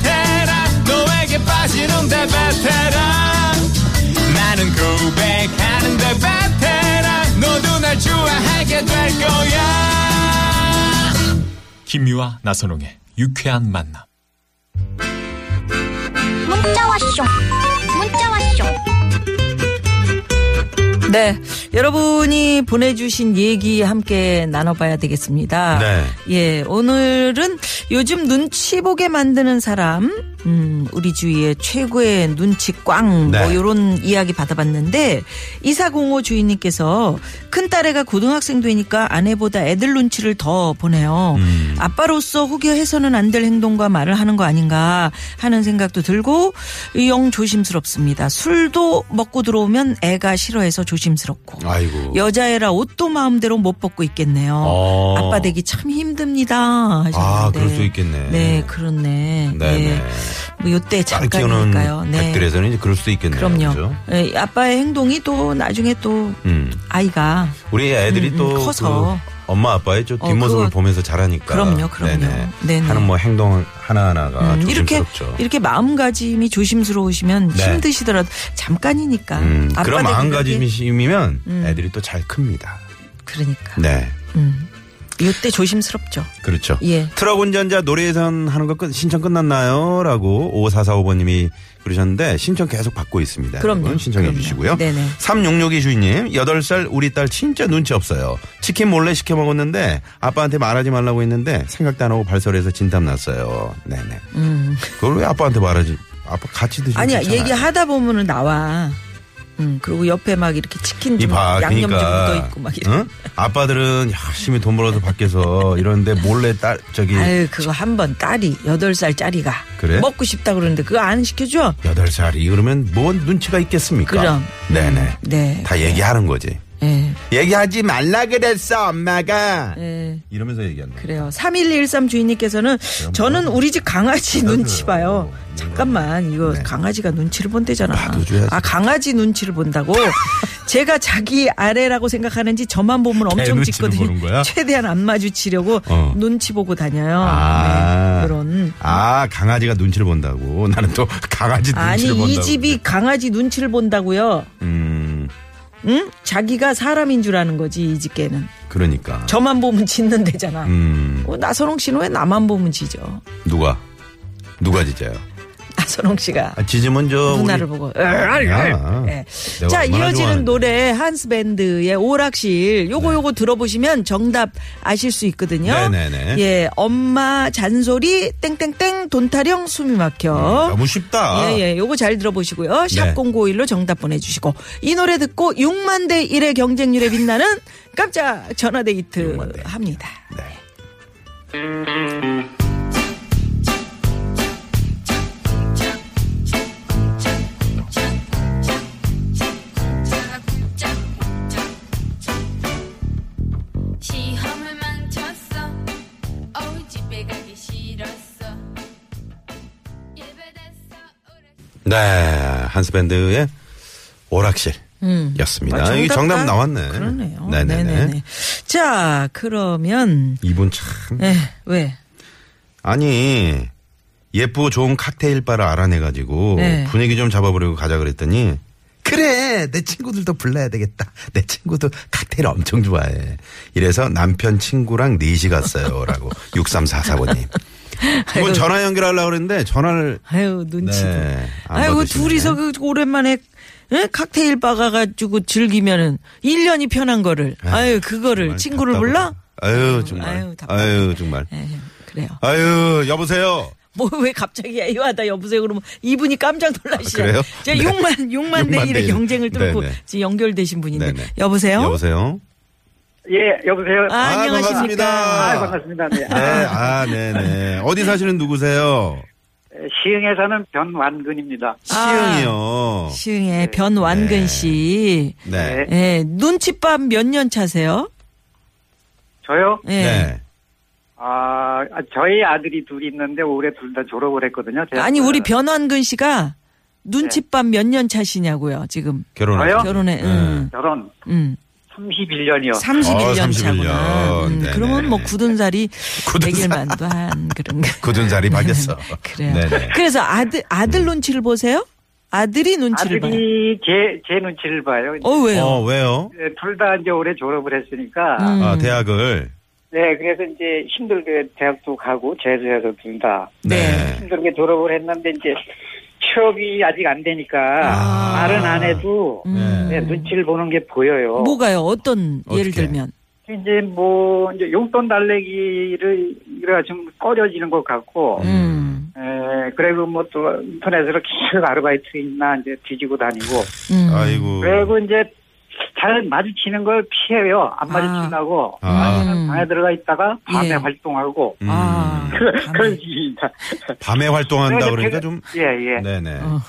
베테랑 너에게 빠지는데 베테랑 나는 고백하는데 베테랑 너도 날 좋아하게 될 거야 김미화 나선홍의 유쾌한 만남. 문자 왔쇼. 문자 왔쇼. 네. 여러분이 보내주신 얘기 함께 나눠봐야 되겠습니다. 네. 예. 오늘은 요즘 눈치 보게 만드는 사람, 음, 우리 주위에 최고의 눈치 꽝, 뭐, 네. 요런 이야기 받아봤는데, 2405 주인님께서 큰딸애가 고등학생 되니까 아내보다 애들 눈치를 더 보네요. 음. 아빠로서 혹여해서는 안 될 행동과 말을 하는 거 아닌가 하는 생각도 들고, 영 조심스럽습니다. 술도 먹고 들어오면 애가 싫어해서 조심스럽고. 아이고. 여자애라 옷도 마음대로 못 벗고 있겠네요. 어. 아빠 되기 참 힘듭니다. 하셨는데. 아, 그럴 수 있겠네. 네, 그렇네. 네, 네. 뭐 요때 딸 키우는 잠깐이니까요. 네. 백들에서는 이제 그럴 수도 있겠네요. 그럼요. 아, 그죠? 예, 아빠의 행동이 또 나중에 또 음. 아이가 우리 애들이 음, 음, 또 커서. 그 엄마 아빠의 저 어, 뒷모습을 그거- 보면서 자라니까. 그럼요, 그럼요. 네네. 네네. 하는 뭐 행동 하나하나가 음, 이렇게 아, 조심스럽죠. 이렇게 마음가짐이 조심스러우시면 네. 힘드시더라도 잠깐이니까 음, 아빠 그런 되기 마음가짐이면 음. 애들이 또 잘 큽니다. 그러니까 네. 음. 요때 조심스럽죠. 그렇죠. 예. 트럭 운전자 노래 예선 하는 거 끝, 신청 끝났나요? 라고 5445번님이 그러셨는데 신청 계속 받고 있습니다. 그럼요. 여러분 신청해 그럼요. 주시고요. 네네. 3662 주인님, 8살 우리 딸 진짜 눈치 없어요. 치킨 몰래 시켜 먹었는데 아빠한테 말하지 말라고 했는데 생각도 안 하고 발설해서 진땀 났어요. 네네. 그걸 왜 아빠한테 말하지? 아빠 같이 드시면 음. 아니야 좋잖아요. 얘기하다 보면은 나와. 음 그리고 옆에 막 이렇게 치킨 좀 이봐, 양념 좀 묻어 그러니까 있고 막. 이래. 응? 아빠들은 열심히 돈 벌어서 밖에서 이러는데 몰래 딸 저기 아유 그거 한 번 딸이 여덟 살짜리가 그래? 먹고 싶다 그러는데 그거 안 시켜줘? 여덟 살이 그러면 뭔 눈치가 있겠습니까? 그럼. 네네. 네. 다 얘기하는 거지. 예. 얘기하지 말라 그랬어 엄마가. 예. 이러면서 얘기한다. 그래요. 3113 주인님께서는 네, 뭐 저는 우리 집 강아지 눈치 봐요. 잠깐만, 이거 강아지가 눈치를 본대잖아. 네. 놔둬줘야지. 아, 강아지 눈치를 본다고? 제가 자기 아래라고 생각하는지 저만 보면 엄청 눈치를 보는 짖거든요. 거야? 최대한 안 마주치려고 어. 눈치 보고 다녀요. 아. 네, 그런. 아 강아지가 눈치를 본다고. 나는 또 강아지 아니, 눈치를 본다고. 네. 이 집이 강아지 눈치를 본다고요? 음 응? 자기가 사람인 줄 아는 거지, 이 집 개는. 그러니까. 저만 보면 짖는 데잖아. 음 어, 나선홍 씨는 왜 나만 보면 짖어? 누가 누가 지자요? 나선홍 씨가. 아, 지지면 저 누나를 우리... 아, 보고. 으아, 예. 내가 자 얼마나 이어지는 좋아하는데. 네. 노래 한스밴드의 오락실 요거 요거 들어보시면 정답 아실 수 있거든요. 네네네. 예, 엄마 잔소리 땡땡땡 돈타령 숨이 막혀. 음, 너무 쉽다. 예예, 요거 잘 들어보시고요. 샵 네. 0951로 정답 보내주시고 이 노래 듣고 6만 대 1의 경쟁률에 빛나는 깜짝 전화데이트 6만 대 일. 합니다. 네. 시험을 망쳤어 어우 집에 가기 싫었어 예배됐어 오래 네, 한스밴드의 오락실였습니다. 아, 이게 정답 다- 나왔네. 그러네요. 네네네. 네네네. 자 그러면 이분 참. 예, 왜? 아니 예쁘고 좋은 칵테일 바를 알아내가지고 네. 분위기 좀 잡아보려고 가자 그랬더니 그래 내 친구들도 불러야 되겠다. 내 친구도 칵테일 엄청 좋아해. 이래서 남편 친구랑 넷이 갔어요라고 6344번님. 아이고. 이분 전화 연결하려고 그랬는데 전화를 아유 눈치도. 네, 안 아이고 받으시네. 둘이서 그 오랜만에 예? 칵테일 박아가지고 즐기면은 1년이 편한 거를 아유 그거를 정말 친구를 답답하다. 불러? 음, 아유 정말. 아유, 아유, 답답해. 정말. 예, 그래요. 아유 여보세요. 뭐 왜 갑자기 애유하다 여보세요 그러면 이분이 깜짝 놀라시죠. 아, 그래요? 제가 네. 6만 6만 대 육만 대 1의 일. 경쟁을 뚫고 네네. 지금 연결되신 분인데 네네. 여보세요? 여보세요. 예, 여보세요. 어? 아, 안녕하십니까. 반갑습니다. 아, 반갑습니다. 네. 네, 아, 네네. 어디 사시는 누구세요? 시흥에 사는 변완근입니다. 시흥이요. 시흥의 변완근 씨. 아, 네. 예, 눈칫밥 몇 년 차세요? 저요? 예. 네. 아, 저희 아들이 둘이 있는데 올해 둘 다 졸업을 했거든요. 제가 그 아니 우리 변환근 씨가 눈칫밥 몇 년 차시냐고요 지금 결혼하셨죠? 저요? 결혼에 네. 음, 결혼 음. 31년이요. 31년 어, 31 년. 차구나. 음, 네네. 그러면 뭐 굳은 살이 굳은 되길 살. 만도 한 그런 거. 굳은 자리 박였어. 그래요. 네네. 음. 그래서 아들 아들 눈치를 보세요? 아들이 눈치를 봐요. 아들이 제, 제 눈치를 봐요. 네, 어 왜요? 어, 왜요? 둘 다 이제 올해 졸업을 했으니까. 음. 아, 대학을. 네, 그래서 이제 힘들게 대학도 가고 재수해서 둘 다. 네. 힘들게 졸업을 했는데 이제 취업이 아직 안 되니까 말은 안 해도 음. 네, 눈치를 보는 게 보여요. 뭐가요? 어떤 예를 어떻게? 들면 이제 뭐 이제 용돈 달래기를 이래가 좀 꺼려지는 것 같고. 음. 에, 그리고 뭐 또 인터넷으로 계속 아르바이트 있나 이제 뒤지고 다니고. 음. 아이고. 그리고 이제 잘 마주치는 걸 피해요. 안 마주치려고. 아. 아니면 방에 들어가 있다가 밤에 예. 활동하고. 음, 아. 그런 식입니다. 밤에 활동한다 그러니까 좀. 예, 예. 네네. 어.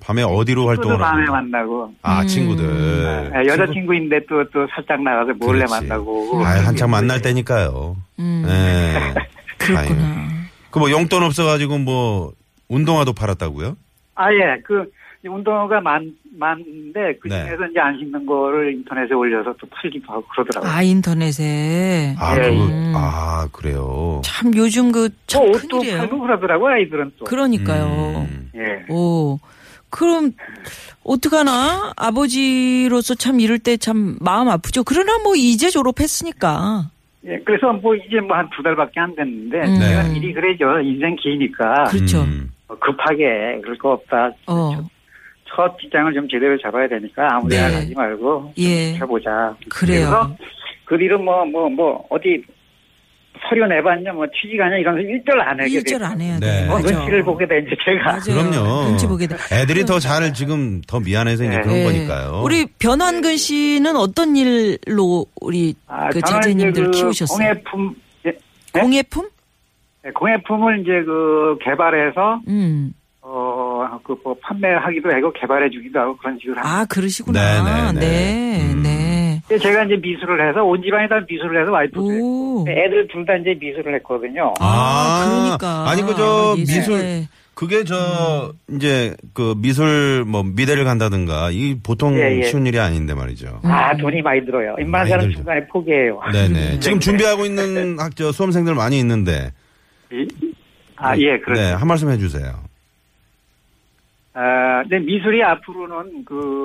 밤에 어디로 또 활동을 밤에 하는지. 만나고. 아, 예, 음. 친구들. 아, 여자친구인데 또, 또 살짝 나가서 몰래 그렇지. 만나고. 아, 한창 만날 때니까요. 음. 네. 아유. 그렇구나. 그뭐 용돈 없어가지고 뭐 운동화도 팔았다고요? 아, 예. 그, 이제 운동화가 많, 많은데, 그 네. 중에서 이제 안 신는 거를 인터넷에 올려서 또 팔기도 하고 그러더라고요. 뭐 아 인터넷에 아, 예, 그거, 예. 아 그래요. 참 요즘 저 그참 옷도 큰일이에요. 팔고 그러더라고요, 아이들은 또. 그러니까요. 음. 예. 오. 그럼 어떡하나 아버지로서 참 이럴 때 참 마음 아프죠. 그러나 뭐 이제 졸업했으니까. 예, 그래서 뭐 이제 뭐 한 두 달밖에 안 됐는데, 음. 내가 네. 일이 그래죠. 인생 기니까. 그렇죠. 음. 어, 급하게, 그럴 거 없다. 그렇죠. 어. 첫 직장을 좀 제대로 잡아야 되니까 아무 데나 네. 가지 말고 예. 좀 해보자. 그래요. 그래서 그 뒤로 뭐, 뭐, 뭐, 어디 서류 내봤냐, 뭐 취직하냐 이런 거 일절 안 하게 일절 안 해야 네. 돼. 어, 맞아. 눈치를 보게 된 이제 제가. 맞아요. 그럼요. 눈치 보게 돼. 애들이 더 잘 지금 더 미안해서 이제 네. 그런 예. 거니까요. 음. 우리 변환근 씨는 어떤 일로 우리 아, 그 저는 자제님들 이제 그 키우셨어요? 공예품 예, 네? 공예품? 네, 공예품을 이제 그 개발해서 음. 어그뭐 판매하기도 하고 개발해 주기도 하고 그런 식으로 합니다. 아, 그러시구나. 네, 네, 네. 네. 음. 네. 근데 제가 이제 미술을 해서 온 집안이 다 미술을 해서 와이프도 했고 오. 애들 둘 다 이제 미술을 했거든요. 아, 그러니까. 아니 그 저 아, 예술에. 미술 그게 저 음. 이제 그 미술 뭐 미대를 간다든가 이 보통 예, 예. 쉬운 일이 아닌데 말이죠. 아 돈이 많이 들어요. 많이 웬만한 사람 들죠. 중간에 포기해요. 아, 네네. 지금 준비하고 있는 학저 수험생들 많이 있는데. 아 예 그렇죠. 네, 한 말씀 해주세요. 아, 근데 미술이 앞으로는 그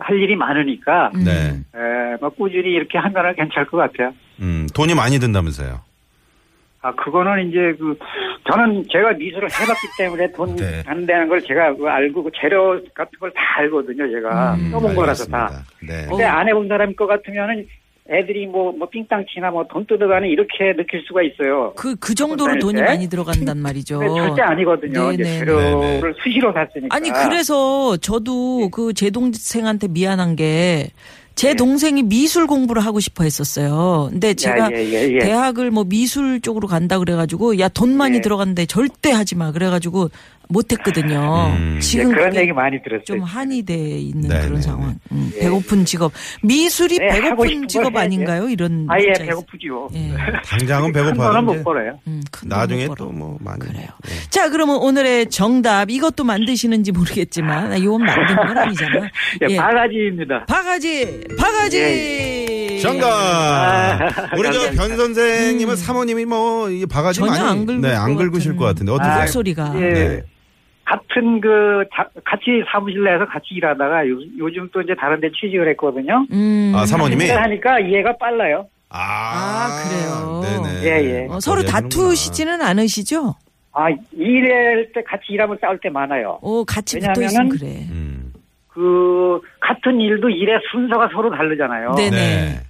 할 일이 많으니까 음. 네. 에, 뭐 꾸준히 이렇게 하면은 괜찮을 것 같아요. 음, 돈이 많이 든다면서요. 아, 그거는 이제 그, 저는 제가 미술을 해봤기 때문에 돈 네. 안 되는 걸 제가 그 알고 그 재료 같은 걸 다 알거든요, 제가. 음, 써본 거라서 알겠습니다. 다. 네. 근데 어, 안 해본 사람 것 같으면은 애들이 뭐, 뭐, 삥땅치나 뭐 돈 뜯어가는 이렇게 느낄 수가 있어요. 그, 그 정도로 돈이 네. 많이 들어간단 말이죠. 근데 그렇죠. 절대 아니거든요. 이제 네네. 재료를 수시로 샀으니까. 아니 네. 그래서 저도 그 제 동생한테 미안한 게 제 동생이 미술 공부를 하고 싶어 했었어요. 근데 제가 예, 예, 예. 대학을 뭐 미술 쪽으로 간다 그래가지고 야 돈 많이 예. 들어간대 절대 하지 마 그래가지고 못했거든요. 음. 예, 지금 그런 그게 얘기 많이 들었어요. 예. 좀 한이 돼 있는 네, 그런 네, 상황. 음, 배고픈 직업 미술이 네, 하고 싶은 배고픈 걸 직업 해야지. 아닌가요? 이런 아, 예, 문자 있- 배고프지요. 예. 당장은 큰 돈은 못 배고파요. 벌어요. 음, 큰돈 나중에 못 벌어. 또 뭐 많이. 그래요. 자, 그러면 오늘의 정답 이것도 만드시는지 모르겠지만 아, 이건 만드는 건 아니잖아. 예, 바가지입니다. 바가지, 바가지. 예, 정답. 우리 저 변 선생님은 사모님이 뭐 이게 바가지 음. 전혀 많이 안 긁을 네, 것 안 긁으실 같은. 것 같은데 어떠세요? 아, 목소리가. 예. 네. 같은 그 자- 같이 사무실 내에서 같이 일하다가 요, 요즘 또 이제 다른 데 취직을 했거든요. 음. 아, 사모님이 일을 하니까 이해가 빨라요. 아, 아, 그래요. 네네. 예, 예. 어, 서로 다투시지는 않으시죠? 아 일할 때 같이 일하면 싸울 때 많아요. 오, 같이 왜냐면은- 붙어 있으면 그래. 음. 그 같은 일도 일의 순서가 서로 다르잖아요. 네. 네.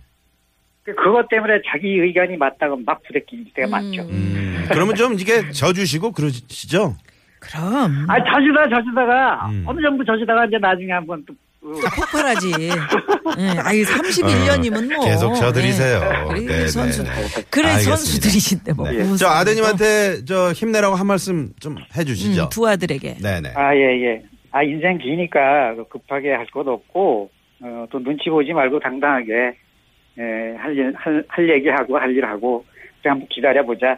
그- 그것 때문에 자기 의견이 맞다고 막 부대낄 때가 많죠. 음. 그러면 좀 이게 져주시고 그러시죠? 그럼 아 저주다 저주다가 음. 어느 정도 저주다가 이제 나중에 한번 또 어, 폭발하지. 예, 아이 31년이면 뭐 어, 계속 저들이세요. 예. 그래, 네, 선수. 네, 네. 그래 알겠습니다. 선수들이신데 예. 뭐. 네. 저 아드님한테 저 힘내라고 한 말씀 좀 해주시죠. 음, 두 아들에게. 네네. 아, 예, 예. 아, 인생 기니까 급하게 할 것 없고, 어, 또 눈치 보지 말고 당당하게 예, 할 일, 할, 할 얘기하고 할 일하고 그래 한번 기다려보자.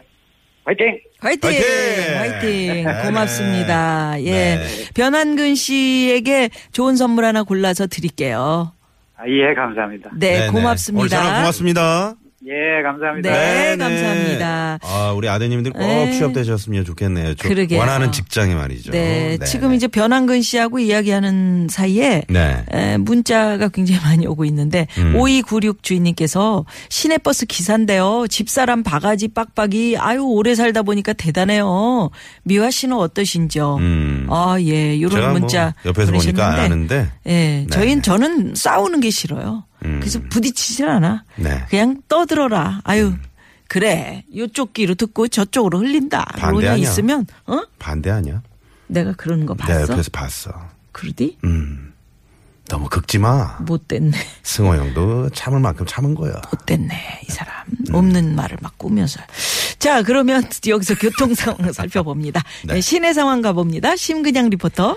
화이팅! 화이팅! 화이팅! 화이팅! 네. 고맙습니다. 예. 네. 변한근 씨에게 좋은 선물 하나 골라서 드릴게요. 아, 예, 감사합니다. 네, 네네. 고맙습니다. 오늘 전화 고맙습니다. 예, 감사합니다. 네, 네네. 감사합니다. 아, 우리 아드님들 꼭 네. 취업되셨으면 좋겠네요. 좀 그러게요. 원하는 직장이 말이죠. 네, 지금 네. 이제 변한근 씨하고 이야기하는 사이에 네. 에, 문자가 굉장히 많이 오고 있는데 음. 5296 주인님께서 시내버스 기사인데요. 집사람 바가지 빡빡이 아유 오래 살다 보니까 대단해요. 미화 씨는 어떠신지요? 음. 아, 예. 제가 요런 문자 뭐 옆에서 보니까 보내셨는데. 아는데 예. 네. 음. 저희는 저는 싸우는 게 싫어요. 그래서 부딪히질 않아. 네. 음. 그냥 떠들어라. 아유. 그래. 요쪽 귀로 듣고 저쪽으로 흘린다. 그러냐 반대하냐? 있으면 어? 반대 아니야? 내가 그런 거 내가 봤어. 옆에서 봤어. 그러디? 음. 너무 긁지 마. 못 됐네. 승호 형도 참을 만큼 참은 거야. 못됐네 이 사람 없는 말을 막 꾸면서 자 그러면 여기서 교통 상황을 살펴봅니다 네. 네, 시내 상황 가봅니다 심근양 리포터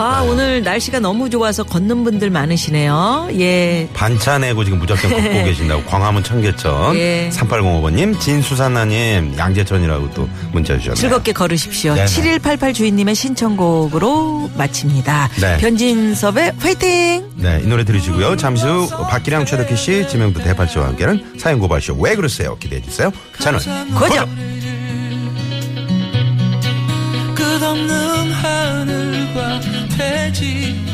아 오늘 날씨가 너무 좋아서 걷는 분들 많으시네요 예 반차 내고 지금 무작정 걷고 계신다고 광화문 청계천 예. 3805번님 진수산나님 양재천이라고 또 문자 주셨네요. 즐겁게 걸으십시오 네, 네. 7188 주인님의 신청곡으로 마칩니다 네. 변진섭의 화이팅 네, 이 노래 들으시고요. 잠시 후 박기량 최덕희 씨, 지명도 대팔씨와 함께하는 사연 고발쇼 왜 그러세요? 기대해 주세요. 저는 고정 끝없는 하늘과 대지